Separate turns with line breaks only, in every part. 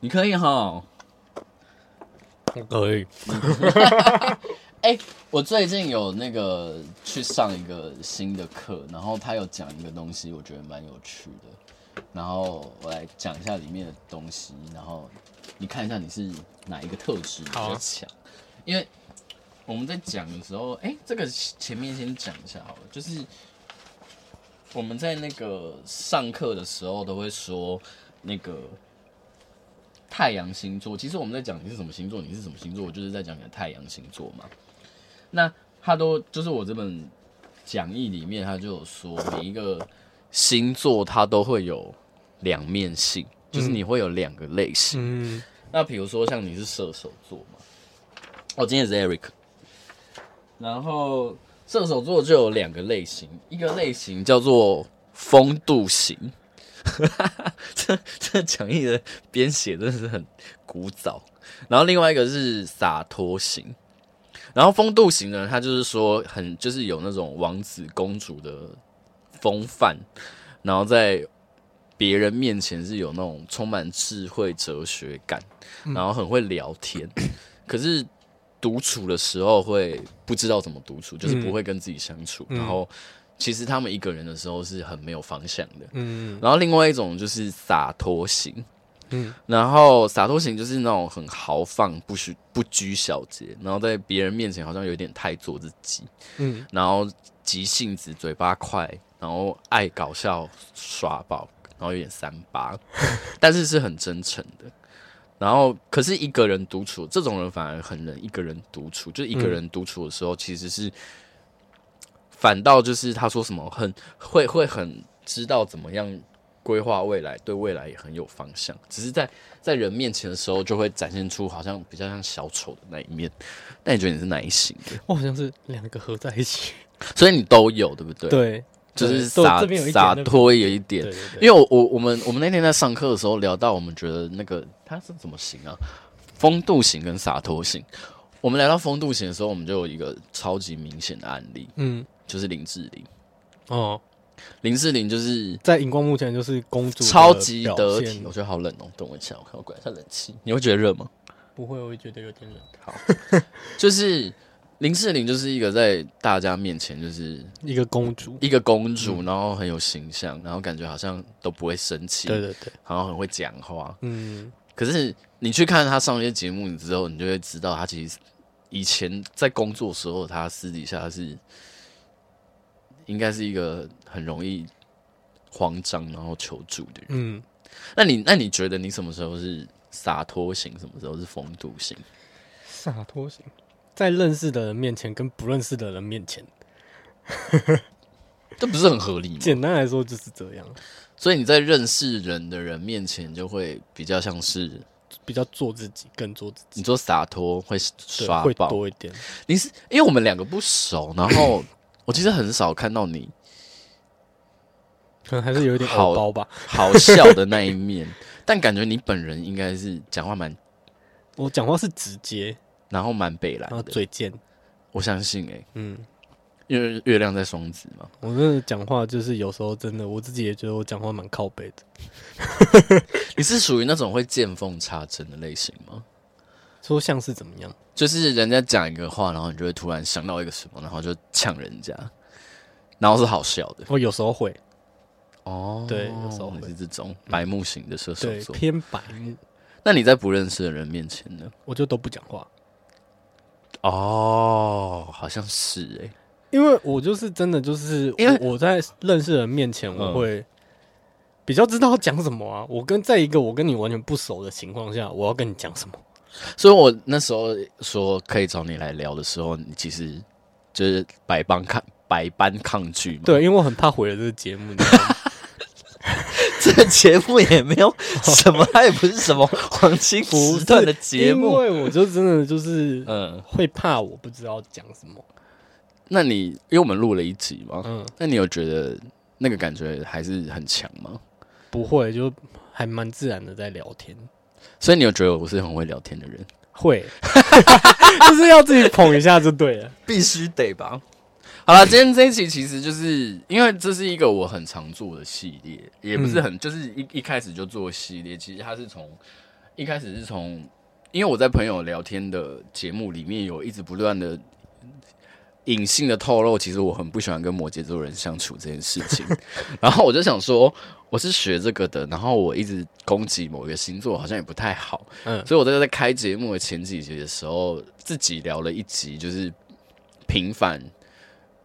你可以哈。
可以，
哎、我最近有那个去上一个新的课，然后他有讲一个东西，我觉得蛮有趣的。然后我来讲一下里面的东西，然后你看一下你是哪一个特质比
好
较
啊
强，因为我们在讲的时候，哎、这个前面先讲一下好了，就是我们在那个上课的时候都会说那个太阳星座，其实我们在讲你是什么星座，你是什么星座，我就是在讲你的太阳星座嘛。那他都就是我这本讲义里面，他就有说每一个星座它都会有两面性，就是你会有两个类型。
嗯，
那比如说像你是射手座嘛，哦，今天也是 Eric，然后射手座就有两个类型，一个类型叫做风度型。 这这讲义的编写真的是很古早，然后另外一个是洒脱型，然后风度型呢，他就是说很就是有那种王子公主的风范，然后在别人面前是有那种充满智慧、哲学感，然后很会聊天， 可是独处的时候会不知道怎么独处，就是不会跟自己相处，然后其实他们一个人的时候是很没有方向的，
嗯，
然后另外一种就是洒脱型，
嗯
嗯，然后洒脱型就是那种很豪放，不拘不拘小节，然后在别人面前好像有点太做自己，
嗯
嗯，然后急性子，嘴巴快，然后爱搞笑耍宝，然后有点三八，但是是很真诚的。然后，可是一个人独处，这种人反而很能一个人独处。就一个人独处的时候，其实是反倒就是他说什么很会会很知道怎么样规划未来，对未来也很有方向。只是在在人面前的时候，就会展现出好像比较像小丑的那一面。那你觉得你是哪一型的？
我好像是两个合在一起，
所以你都有，对不对？，
对，
就是
对
洒
这边有一点
洒
那边
脱有一点
对。对对，
因为我我我们我们那天在上课的时候聊到，我们觉得那个他是怎么型啊？风度型跟洒脱型。我们聊到风度型的时候，我们就有一个超级明显的案例，
嗯，
就是林志玲。
哦，
林志玲就是
在荧光幕前就是公主的
超级
表
得
现
体，我觉得好冷哦、等我一下，我看我关一下冷气。你会觉得热吗？
不会，我会觉得有点冷，
就是林志玲就是一个在大家面前就是
一个公主，
一个公主，然后很有形象，然后感觉好像都不会生气，
对对对，
好像很会讲话。
嗯，
可是你去看她上一些节目你之后，你就会知道她其实以前在工作的时候，她私底下是应该是一个很容易慌张然后求助的人。
嗯，
那你那你觉得你什么时候是洒脱型，什么时候是风度型？
洒脱型，在认识的人面前跟不认识的人面前，
这不是很合理吗？
简单来说就是这样，
所以你在认识人的人面前，就会比较像是
比较做自己，更做自己，
你说洒脱，会
对
刷
会
爆。
多一点，
你是因为我们两个不熟，然后我其实很少看到你
可能还是有一点
好
偶包吧，
好笑的那一 面，但感觉你本人应该是讲话蛮，
我讲话是直接，
然后蛮北来
然后
的。
嘴贱，
我相信哎、欸，
嗯。
因为月亮在双子嘛，
我真的讲话就是有时候真的，我自己也觉得我讲话蛮靠背的，
你是属于那种会见缝插针的类型吗？
说像是怎么样？
就是人家讲一个话，然后你就会突然想到一个什么，然后就呛人家，然后是好笑的
我有时候会，
哦。
对有时候会嗯
你是这种白目型的射手
对
座。
偏白目，
那你在不认识的人面前呢？
我就都不讲话，
哦，好像是哎、
因为我就是真的就是，
因为
我我在认识人面前，
嗯
我会比较知道讲什么啊。我跟在一个我跟你完全不熟的情况下，我要跟你讲什么？
所以我那时候说可以找你来聊的时候，你其实就是百般抗百般抗拒嘛。，
对，因为我很怕毁了这个节目，你知道吗
这个节目也没有什 么，它也不是什么黄金 时段的节
因
目。
为我就真的就是
嗯，
会怕我不知道讲什么。
那你因为我们录了一集嘛，
嗯，
那你有觉得那个感觉还是很强吗？
不会，就还蛮自然的在聊天。
所以你有觉得我是很会聊天的人？
会， 就是要自己捧一下就对了。
必须得吧。好了，今天这一期其实就是因为这是一个我很嗯常做的系列，也不是很、就是一一开始就做系列，其实它是从一开始是从，因为我在朋友聊天的节目里面有一直不断的隐性的透露，其实我很不喜欢跟摩羯座人相处这件事情。然后我就想说，我是学这个的，然后我一直攻击某一个星座好像也不太好，
嗯
所以我在在开节目的前几集的时候，自己聊了一集，就是平凡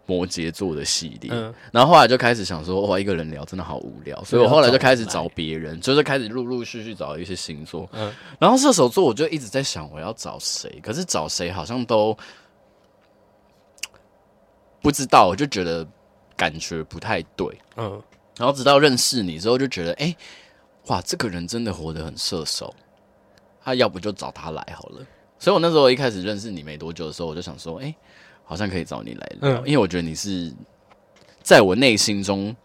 摩羯座的系列。
嗯，啊
然后后来就开始想说，哇，一个人聊真的好无聊，所以我后来就开始找别人，就是开始陆陆续续找一些星座。
嗯
然后射手座我就一直在想我要找谁，可是找谁好像都不知道，我就觉得感觉不太对。
嗯
然后直到认识你之后，就觉得，哎、哇，这个人真的活得很射手，他要不就找他来好了。所以我那时候一开始认识你没多久的时候，我就想说，哎、好像可以找你来聊，
嗯
因为我觉得你是在我内心中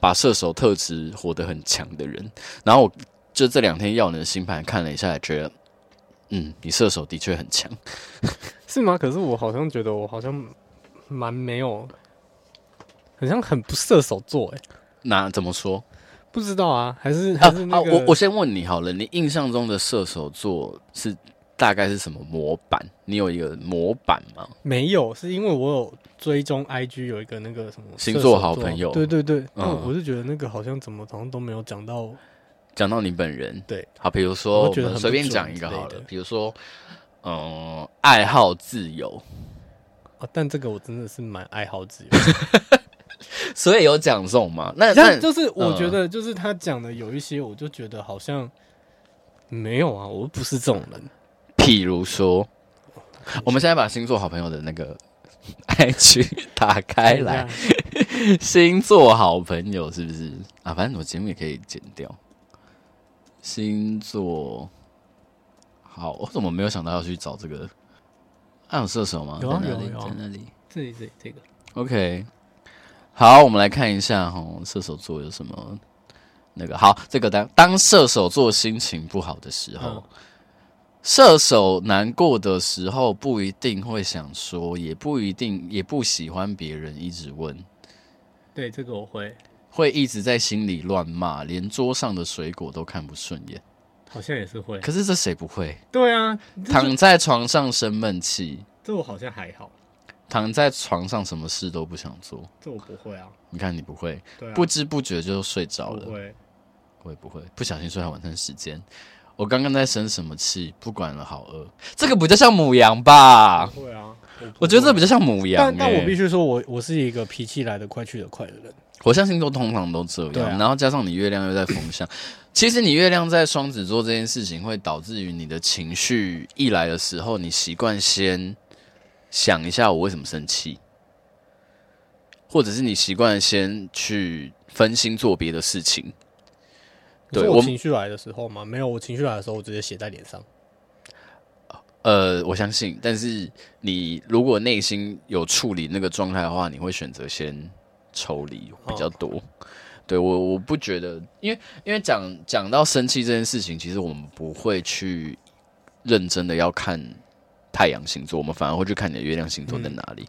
把射手特质活得很强的人。然后我就这两天要你的星盘看了一下，觉得，嗯，你射手的确很强。
是吗？可是我好像觉得我好像蛮没有，好像很不射手座哎、
那怎么说？
不知道啊，还是还是那
啊，
个、
我我先问你好了，你印象中的射手座是大概是什么模板？你有一个模板吗？
没有，是因为我有追踪 IG 有一个那个什么
星
射
座
手
好朋友
对对对，那
嗯
我就觉得那个好像怎么好像都没有讲到，
讲到你本人，
对，
好，比如说
我觉得
我们
很
随便
不准
讲一个好
之
了
类，的
比如说，嗯，爱好自由，
啊，但这个我真的是蛮爱好自由，
所以有讲这种吗？那
但
那
就是我
嗯
觉得就是他讲的有一些，我就觉得好像没有啊，我又不是这种人，
譬如说，我们现在把星座好朋友的那个 IG 打开
啊
来，星座好朋友是不是啊？反正我节目也可以剪掉。星座，好，我怎么没有想到要去找这个？暗有射手吗？
有啊
在那里，
有啊有啊
在那里。
这里这里这个
OK，好，我们来看一下哈，射手座有什么那个好？这个当当射手座心情不好的时候，
嗯
射手难过的时候不一定会想说，也不一定也不喜欢别人一直问，
对这个我会，
会一直在心里乱骂，连桌上的水果都看不顺眼。
好像也是会，
可是这谁不会？
对啊，
躺在床上生闷气，
这我好像还好，
躺在床上什么事都不想做。
这我不会啊，
你看你不会，
对啊，
不知不觉就睡着了
不。会，
我也不会，不小心睡到晚餐时间。我刚刚在生什么气？不管了，好饿。这个比较像母羊吧？
不会啊，
我觉得这比
较。
较像母羊、欸。
但但我必须说我，我是一个脾气来得快去得快的人。
火象星座通常都这
对
样，
啊
然后加上你月亮又在风 象，其实你月亮在双子座这件事情会导致于你的情绪一来的时候，你习惯先想一下我为什么生气，或者是你习惯先去分心做别的事情。
你说
对我
我
们
情绪来的时候吗？没有，我情绪来的时候，我直接写在脸上。
呃，我相信，但是你如果内心有处理那个状态的话，你会选择先抽离比较多。对我，我不觉得，因为因为讲讲到生气这件事情，其实我们不会去认真的要看太阳星座，我们反而会去看你的月亮星座在哪里。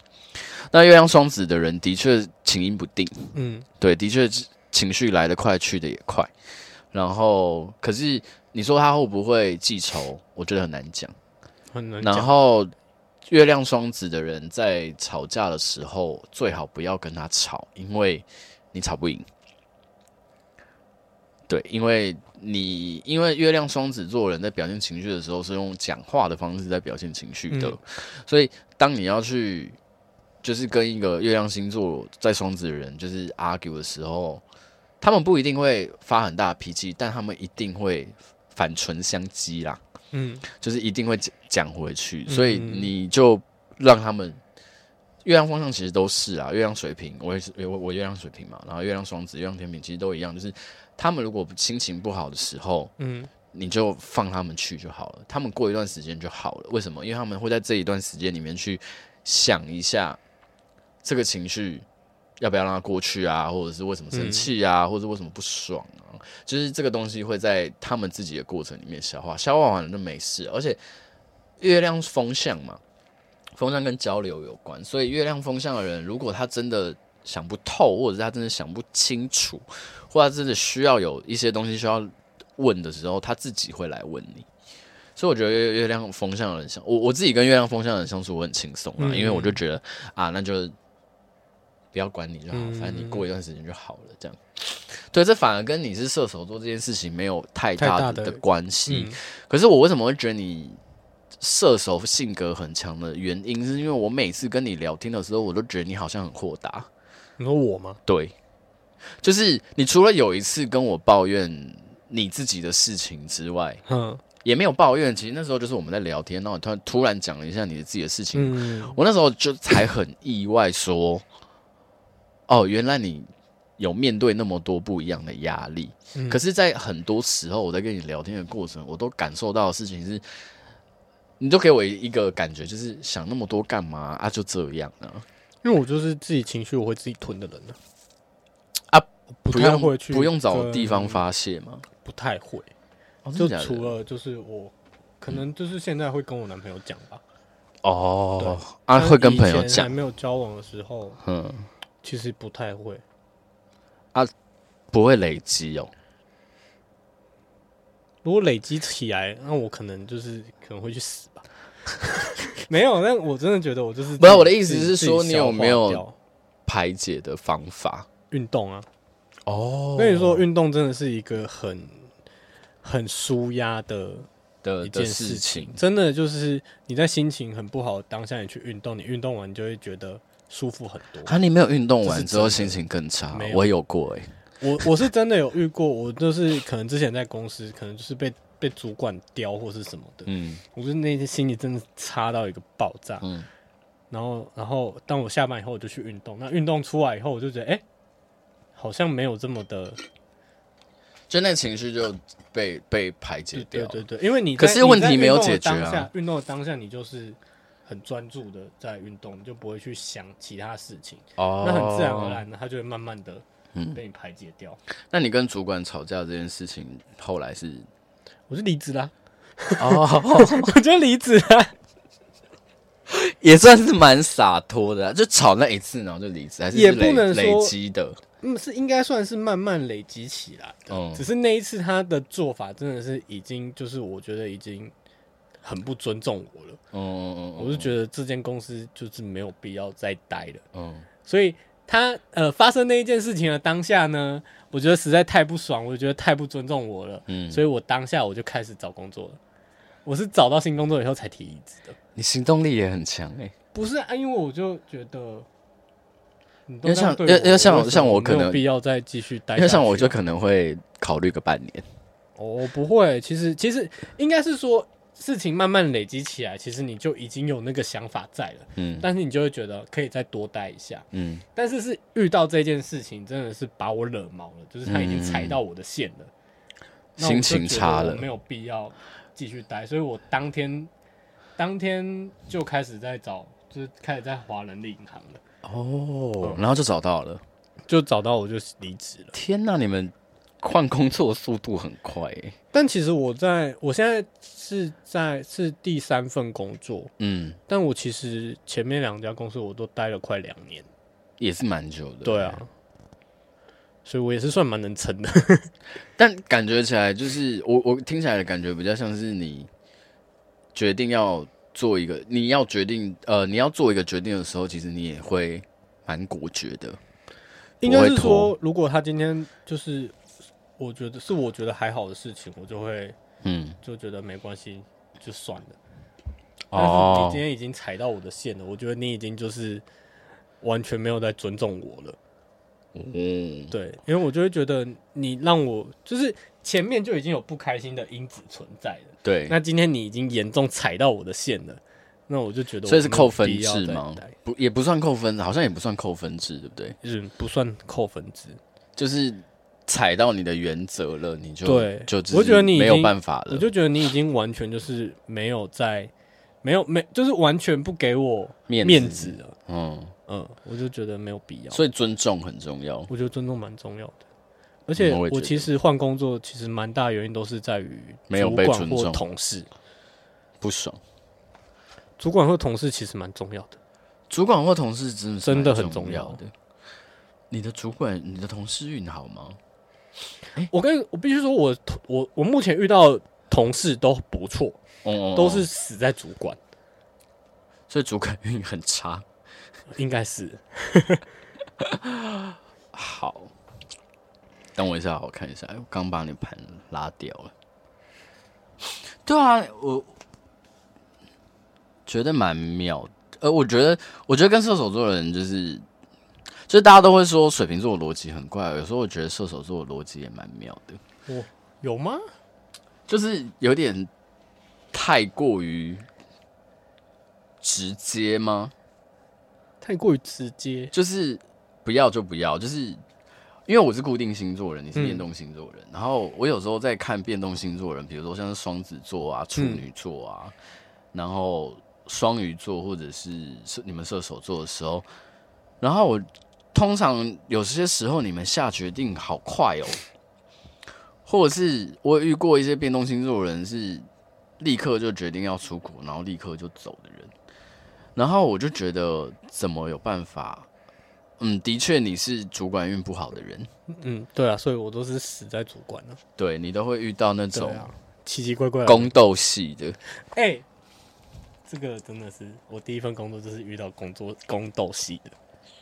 那月亮双子的人的确情因不定，
嗯，
对，的确是情绪来得快，去得也快。然后，可是你说他会不会记仇，我觉得很难讲。
很能
然
讲。
后月亮双子的人在吵架的时候，最好不要跟他吵，因为你吵不赢。对，因为你因为月亮双子座人在表现情绪的时候是用讲话的方式在表现情绪的，
嗯
所以当你要去就是跟一个月亮星座在双子的人就是 argue 的时候，他们不一定会发很大的脾气，但他们一定会反唇相讥啦。
嗯，
就是一定会讲讲回去，
嗯
所以你就让他们月亮方向其实都是啊，月亮水瓶，我也是我我月亮水瓶嘛，然后月亮双子、月亮天平其实都一样，就是他们如果心情不好的时候，
嗯，
你就放他们去就好了，他们过一段时间就好了。为什么？因为他们会在这一段时间里面去想一下这个情绪要不要让它过去啊，或者是为什么生气啊，或者是为什么不爽啊，就是这个东西会在他们自己的过程里面消化，消化完了就没事。而且月亮是风向嘛，风向跟交流有关，所以月亮风向的人，如果他真的想不透，或者是他真的想不清楚，或者他真的需要有一些东西需要问的时候，他自己会来问你。所以我觉得月月亮风象的人相，我我自己跟月亮风象的人相处我很轻松啊，
嗯
因为我就觉得啊，那就不要管你就好，
嗯
反正你过一段时间就好了，这样。对，这反而跟你是射手座这件事情没有太
太
大
大
的
的
的关系。
嗯
可是我为什么会觉得你射手性格很强的原因，是因为我每次跟你聊天的时候，我都觉得你好像很豁达。
你说我吗？
对，就是你除了有一次跟我抱怨你自己的事情之外，
嗯
也没有抱怨。其实那时候就是我们在聊天，然后你突然突然讲了一下你的自己的事情，
嗯，
我那时候就才很意外说，哦，原来你有面对那么多不一样的压力。
嗯
可是，在很多时候我在跟你聊天的过程，我都感受到的事情是。你都给我一个感觉，就是想那么多干嘛啊？就这样啊，
因为我就是自己情绪我会自己吞的人呢、
啊，
不
不
太
用
会去
不用找地方
跟，
发泄吗？
不太会，
哦
就
真的假的嗯
除了就是我，可能就是现在会跟我男朋友讲吧。
哦，
但
啊，
是
会跟朋友
以前还
讲，
没有交往的时候，
嗯，
其实不太会，
不会累积哦。
如果累积起来，那我可能就是可能会去死吧。 没有，但我真的觉得我就是
不是啊
自己
我的意思
自己
是
自己
说你
消
有
化
没有
掉
排解的方法
运动啊？
哦
跟你说，运动真的是一个很很舒压的
的
一
的
件
事
事
情
情，真的就是你在心情很不好的当下，你去运动，你运动完你就会觉得舒服很多。
啊，你没有运动
这
完
是
之后
真
心
的
情更差
没，有
我有过哎、
我我是真的有遇过，我就是可能之前在公司，可能就是被被主管刁或是什么的，
嗯
我就是那天心里真的差到一个爆炸。
嗯，
然后，然后当我下班以后，我就去运动。那运动出来以后，我就觉得，哎、好像没有这么的，
就那情绪就被被排解
对
掉
对
了。
对对，因为你在
可是问题
你在
没有
运动的
解决啊
当下运动的当下，你就是很专注的在运动，你就不会去想其他事情，
哦
那很自然啊而。然的，它就会慢慢的
嗯
被你排解掉。
那你跟主管吵架这件事情，后来 是
我是离职啦，
哦，
我就离职啦。
也算是蛮洒脱的啊、就吵那一次，然后就离职，还是
也
是累
不能说
累积的。
嗯，是应该算是慢慢累积起来的，
嗯
只是那一次他的做法真的是已经，就是我觉得已经很不尊重我了。
嗯嗯嗯，
我是觉得这间公司就是没有必要再待了。
嗯
所以他呃发生那一件事情的当下呢，我觉得实在太不爽，我觉得太不尊重我了，
嗯，
所以我当下我就开始找工作了。我是找到新工作以后才提离职的，
你行动力也很强哎、
不是啊，因为我就觉得。你
因
都
为
这样
像
对
因为因为像
为什么
像我可
没有
能
必要再继续待下去啊，
因为像我就可能会考虑个半年。
我、哦不会，其实其实应该是说事情慢慢累积起来，其实你就已经有那个想法在了，
嗯
但是你就会觉得可以再多待一下，
嗯，
但是是遇到这件事情，真的是把我惹毛了，就是他已经踩到我的线了，那我
心
就
情差
觉得
了
我没有必要继续待，所以我当天当天就开始在找，就是开始在华人力银行了，
哦，然后就找到了。
就找到我就离职了。
天呐，你们换工作速度很快欸耶、
但其实我在我现在是在是第三份工作，
嗯，
但我其实前面两家公司我都待了快两年，
也是蛮久的。
对，啊，所以我也是算蛮能撑的。
但感觉起来就是我我听起来的感觉比较像是你决定要做一个，你要决定呃你要做一个决定的时候，其实你也会蛮果决的。
应该
不
是
会拖
说，如果他今天就是，我觉得是我觉得还好的事情，我就会
嗯，
就觉得没关系，就算了。但是你今天已经踩到我的线了，我觉得你已经就是完全没有在尊重我了。
嗯，
对，因为我就会觉得你让我就是前面就已经有不开心的因子存在了，
对，
那今天你已经严重踩到我的线了，那我就觉得我
所以是
没有
扣分
必要
制
再
吗
待？
不也不算扣分，好像也不算扣分制，对不对？
嗯，不算扣分制。
就是踩到你的原则了，你就
对
就只是
我觉得你已
没
经
有办法
我
了。
就觉得你已经完全就是没有在，没有没就是完全不给我
面子
面子了。
嗯，
嗯，我就觉得没有必要。
所以尊重很重要。
我觉得尊重蛮重要的。而且
嗯我也觉得
我其实换工作，其实蛮大原因都是在于
没有
主
被
管
尊
或
重
同事。
不爽，
主管或同事其实蛮重要的，
主管或同事真的是
真的
蛮
很
重
重
要
要
的。你的主管、你的同事运好吗？
我跟我必须说我，同我我目前遇到同事都不错，
哦
都是死在主管，
所以主管运很差。
应该是
好，等我一下，我看一下，我刚把你盘拉掉了。对啊，我觉得蛮妙的。呃，我觉得，我觉得跟射手座的人就是，就是大家都会说水瓶座的逻辑很怪，有时候我觉得射手座的逻辑也蛮妙的，
哦有吗？
就是有点太过于直接吗？
太过于直接，
就是不要就不要，就是因为我是固定星座人，你是
嗯
变动星座人，然后我有时候在看变动星座人，比如说像是双子座啊、处女座啊，然后双鱼座或者是射你们射手座的时候，然后我通常有些时候你们下决定好快哦，哦或者是我有遇过一些变动星座人是立刻就决定要出国，然后立刻就走的人。然后我就觉得怎么有办法？嗯，的确你是主管运不好的人，
嗯，对啊，所以我都是死在主管了、啊，
对你都会遇到那
对
种
啊，奇奇怪怪的。
宫斗戏的。
哎、这个真的是我第一份工作就是遇到工作宫斗戏的，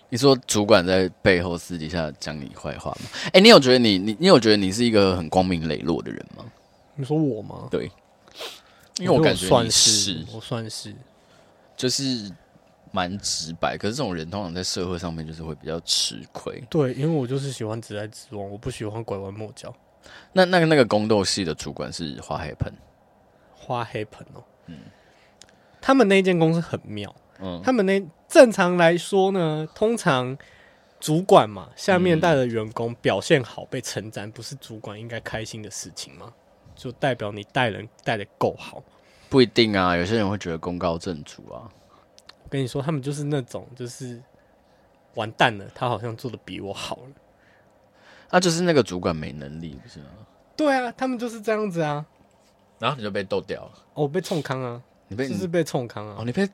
你说主管在背后私底下讲你坏话吗？哎、你有觉得你你你有觉得你是一个很光明磊落的人吗？
你说我吗？
对，因为
我觉得
感觉
我
你
算
是
是，我算是，
就是蛮直白，可是这种人通常在社会上面就是会比较吃亏。
对，因为我就是喜欢直来直往，我不喜欢拐弯抹角，
那那个那个宫斗戏的主管是花海盆，
花黑盆哦。他们那间公司很妙，
嗯，
他们那正常来说呢，通常主管嘛，下
嗯
面带的员工表现好被称赞，不是主管应该开心的事情吗？就代表你带人带的够好。
不一定啊，有些人会觉得功高震主啊。
我跟你说，他们就是那种就是完蛋了，他好像做的比我好了。
那啊就是那个主管没能力，不是吗？
对啊，他们就是这样子啊。
然后你就被斗掉了，
哦，我被冲康啊，
你被、
就是被冲康
哦，
啊。
你被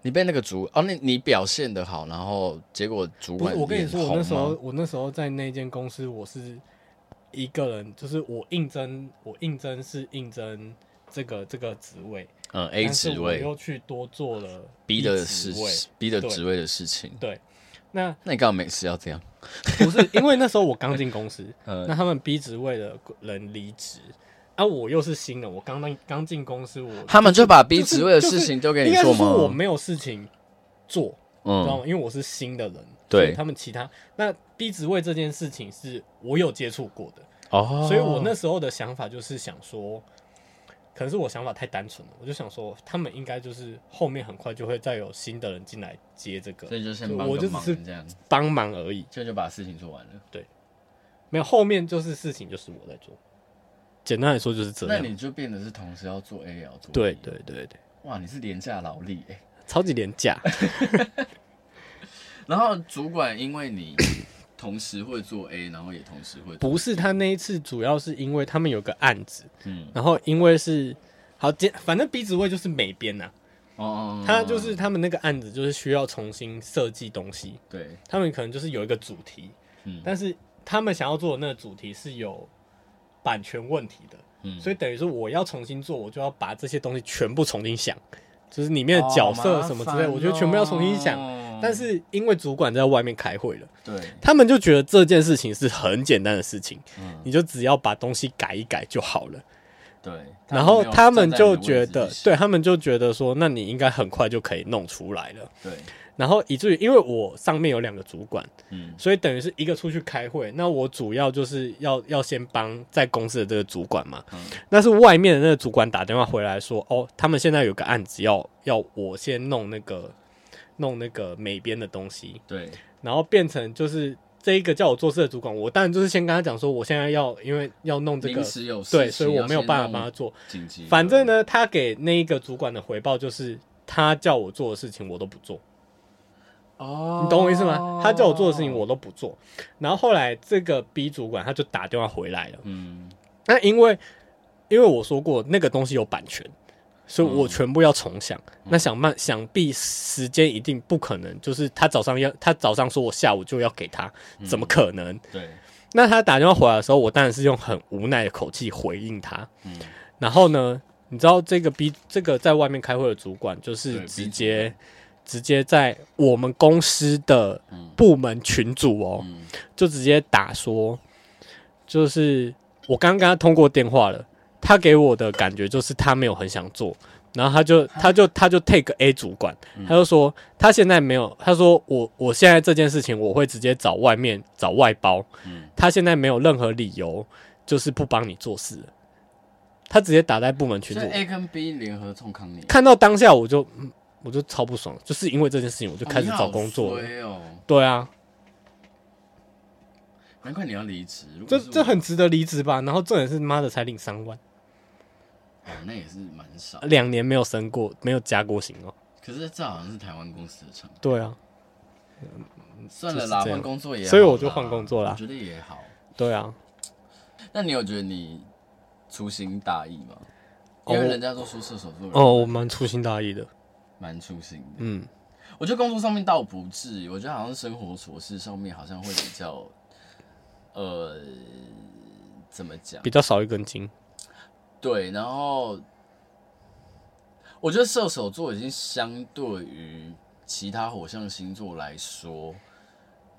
你被那个主哦，那你表现的好，然后结果主
不
管
是，我跟你说，
脸
我
红
那时候
吗
我那时候在那间公司，我是一个人，就是我应征，我应征是应征这个这个职位，
嗯 A
但是
职
我
位
又去多做了
B
一
的
职
事
位。
B 的
对
职位的事情，
对，那
那你干嘛每次要这 样？
不是因为那时候我刚进 公司，
呃
那他们 B 职位的人离职，啊，我又是新人，我刚刚刚进公司，我
他们就把 B
就是
职位的
就是
事情丢给
应
你
该
做
是说我
吗？
没有事情做，知道
嗯
吗？因为我是新的人，
对
所以他们其他那 B 职位这件事情是我有接触过的，
哦
所以我那时候的想法就是想说，可能是我想法太单纯了，我就想说他们应该就是后面很快就会再有新的人进来接这
所
个
以就先
就
帮
我
个
就只
忙
是
这样，
帮忙而已，
这就把事情做完了。
没有后面就是事情就是我在做，简单来说就是这
那
样。
你就变得是同时要做 A 也要做 B
对，对对对，
哇，你是廉价劳力哎、
超级廉 价，
然后主管因为 你同时会做 A，然后也同时会做
不是他那一次主要是因为他们有个案子，
嗯
然后因为是好简，反正鼻子位就是美编呐、
哦，
他就是他们那个案子就是需要重新设计东西，
对
他们可能就是有一个主题，
嗯
但是他们想要做的那个主题是有版权问题的，
嗯
所以等于说我要重新做，我就要把这些东西全部重新想，就是里
哦
面的角色什么之类，我觉得全部要重新想。
嗯
但是因为主管在外面开会了，
对，
他们就觉得这件事情是很简单的事情，
嗯
你就只要把东西改一改就好了。
对，
然后他们就觉
站在你的
得
位置，去
对他们就觉得说，那你应该很快就可以弄出来了。
对，
然后以至于，因为我上面有两个主管，
嗯
所以等于是一个出去开会，那我主要就是要要先帮在公司的这个主管嘛。
嗯
那是外面的那个主管打电话回来说，哦，他们现在有个案子要要我先弄那个弄那个美编的东西，
对，
然后变成就是这一个叫我做事的主管，我当然就是先跟他讲说，我现在要因为要弄这个
临。时有事
对，
情
所以我没有办法帮他
要先
做。
弄紧急的，
反正呢，他给那一个主管的回报就是，他叫我做的事情我都不做，
哦，
你懂我意思吗？他叫我做的事情我都不做。然后后来这个 B 主管他就打电话回来了，
嗯
那因为因为我说过那个东西有版权，所以我全部要重想。
嗯
那想办想必时间一
嗯
定不可能，就是他早上要他早上说我下午就要给他，怎么可能？
对
那他打电话回来的时候，我当然是用很无奈的口气回应他。嗯，然后呢，你知道这个 B 这个在外面开会的主管，就是
对
直
B
接直接在我们公司的部门群组哦，就直接打说，就是我刚刚跟他通过电话了，他给我的感觉就是他没有很想做，然后他
啊
就他就他就 take A 主管，
嗯
他就说他现在没有，他说我我现在这件事情我会直接找外面找外包，
嗯
他现在没有任何理由就是不帮你做事了，他直接打在部门群
所
组
以，A 哎跟 B 联合冲康你，
看到当下我就嗯我就超不爽，就是因为这件事情我就开始找工作
哦
了，
你好衰哦，
对啊，
难怪你要离职。如果
这
是我
这很值得离职吧？然后这也是妈的才领三万，
哦，那也是蛮少。
两年没有升过，没有加过薪哦，
可是这好像是台湾公司的厂，
对啊，
算了啦，
嗯就是这样
换工作也好啦，
所以我就换工作啦
我觉得也好。
对啊，
那你有觉得你粗心大意吗？
哦
因为人家都说射手座人
哦，我蛮粗心大意的，
蛮粗心的，
嗯，
我觉得工作上面倒不至于，我觉得好像生活琐事上面好像会比较，呃，怎么讲？
比较少一根筋，
对，然后我觉得射手座已经相对于其他火象星座来说，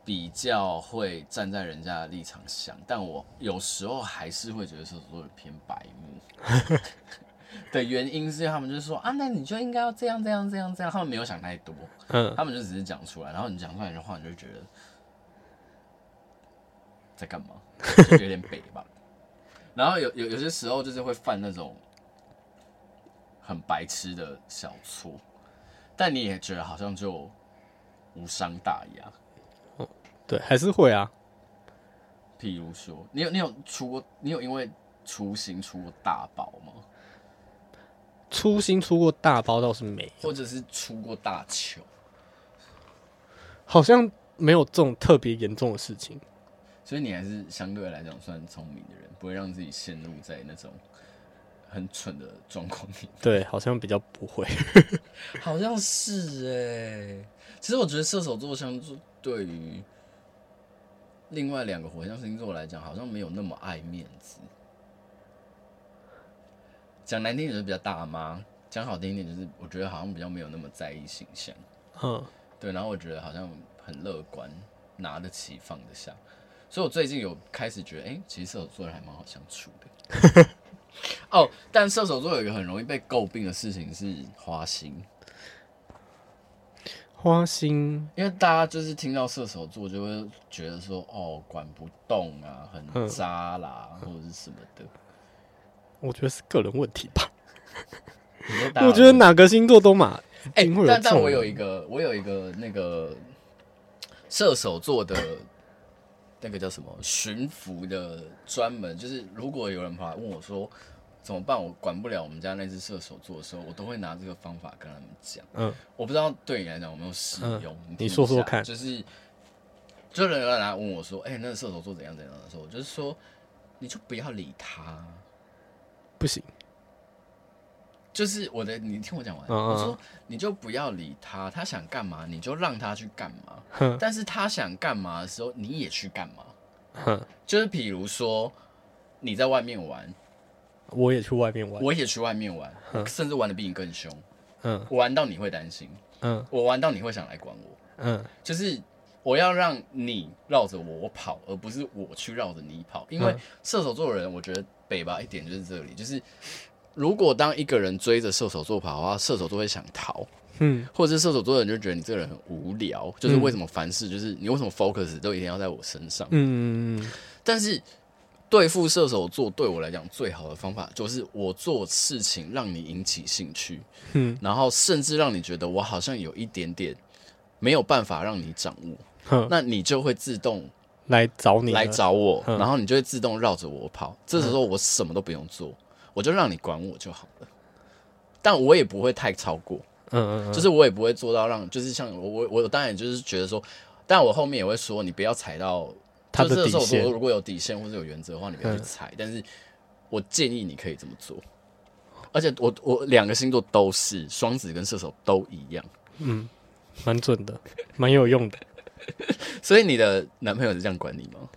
比较会站在人家的立场想，但我有时候还是会觉得射手座有偏白目。的原因是因为他们就说啊，那你就应该要这样这样这样这样，他们没有想太多，
嗯，
他们就只是讲出来，然后你讲出来的话，你就觉得在干嘛，就有点北吧。 然后有有有些时候就是会犯那种很白痴的小错，但你也觉得好像就无伤大雅。
对，还是会啊，
譬如说，你有你有出过，你有因为雏形出过大宝吗？
粗心出过大包倒是没，
或者是出过大糗？
好像没有这种特别严重的事情，
所以你还是相对来讲算聪明的人，不会让自己陷入在那种很蠢的状况里
对，好像比较不会，
好像是哎、其实我觉得射手座相对于另外两个火象星座来讲，好像没有那么爱面子。讲难听点就是比较大妈，讲好听一点就是我觉得好像比较没有那么在意形象。
嗯，
对，然后我觉得好像很乐观，拿得起放得下，所以我最近有开始觉得，哎、其实射手座人还蛮好相处的。 哦，但射手座有一个很容易被诟病的事情是花心。
花心
因为大家就是听到射手座就会觉得说，哦，管不动啊，很
嗯
渣啦，或者是什么 的。
我觉得是个人问题吧。
你说大家
我觉得哪个星座都嘛，
哎、
一定会有
但
这
但
种
我有
人
一个，我有一个那个射手座的，那个叫什么巡抚的专门，就是如果有人跑来问我说怎么办，我管不了我们家那只射手座的时候，我都会拿这个方法跟他们讲。
嗯，
我不知道对你来讲有没有适用，
嗯
听
你说
一下
说看
就是，就有人来问我说，哎、那个射手座怎样怎样的时候，我就是说，你就不要理他。啊
不行，
就是我的，你听我讲完。
嗯嗯
我说你就不要理他，他想干嘛你就让他去干嘛。
哼
但是他想干嘛的时候，你也去干嘛。
哼，
就是比如说你在外面玩，
我也去外面玩，
我也去外面玩，甚至玩的比你更凶。
嗯
我玩到你会担心，
嗯
我玩到你会想来管我。
嗯
就是我要让你绕着我跑，而不是我去绕着你跑。因为射手座的人，我觉得北吧一点就是这里，就是如果当一个人追着射手座跑的话，射手座会想逃，
嗯，
或者是射手座的人就觉得你这个人很无聊，就是为什么凡事就是你为什么 focus 都一定要在我身上？
嗯嗯
但是对付射手座对我来讲最好的方法就是我做事情让你引起兴趣，
嗯，
然后甚至让你觉得我好像有一点点没有办法让你掌握，
哼，
那你就会自动
来找你了
来，找我，
嗯
然后你就会自动绕着我跑。这时候我什么都不用做，我就让你管我就好了。但我也不会太超过，
嗯嗯
就是我也不会做到让，就是像我我我当然就是觉得说，但我后面也会说，你不要踩到
他的
就是
底
射手座
线嗯
如果有底线或者有原则的话，你不要去踩。但是我建议你可以这么做。而且我我两个星座都是双子跟射手都一样，
嗯，蛮准的，蛮有用的。
所以你的男朋友是这样管你吗？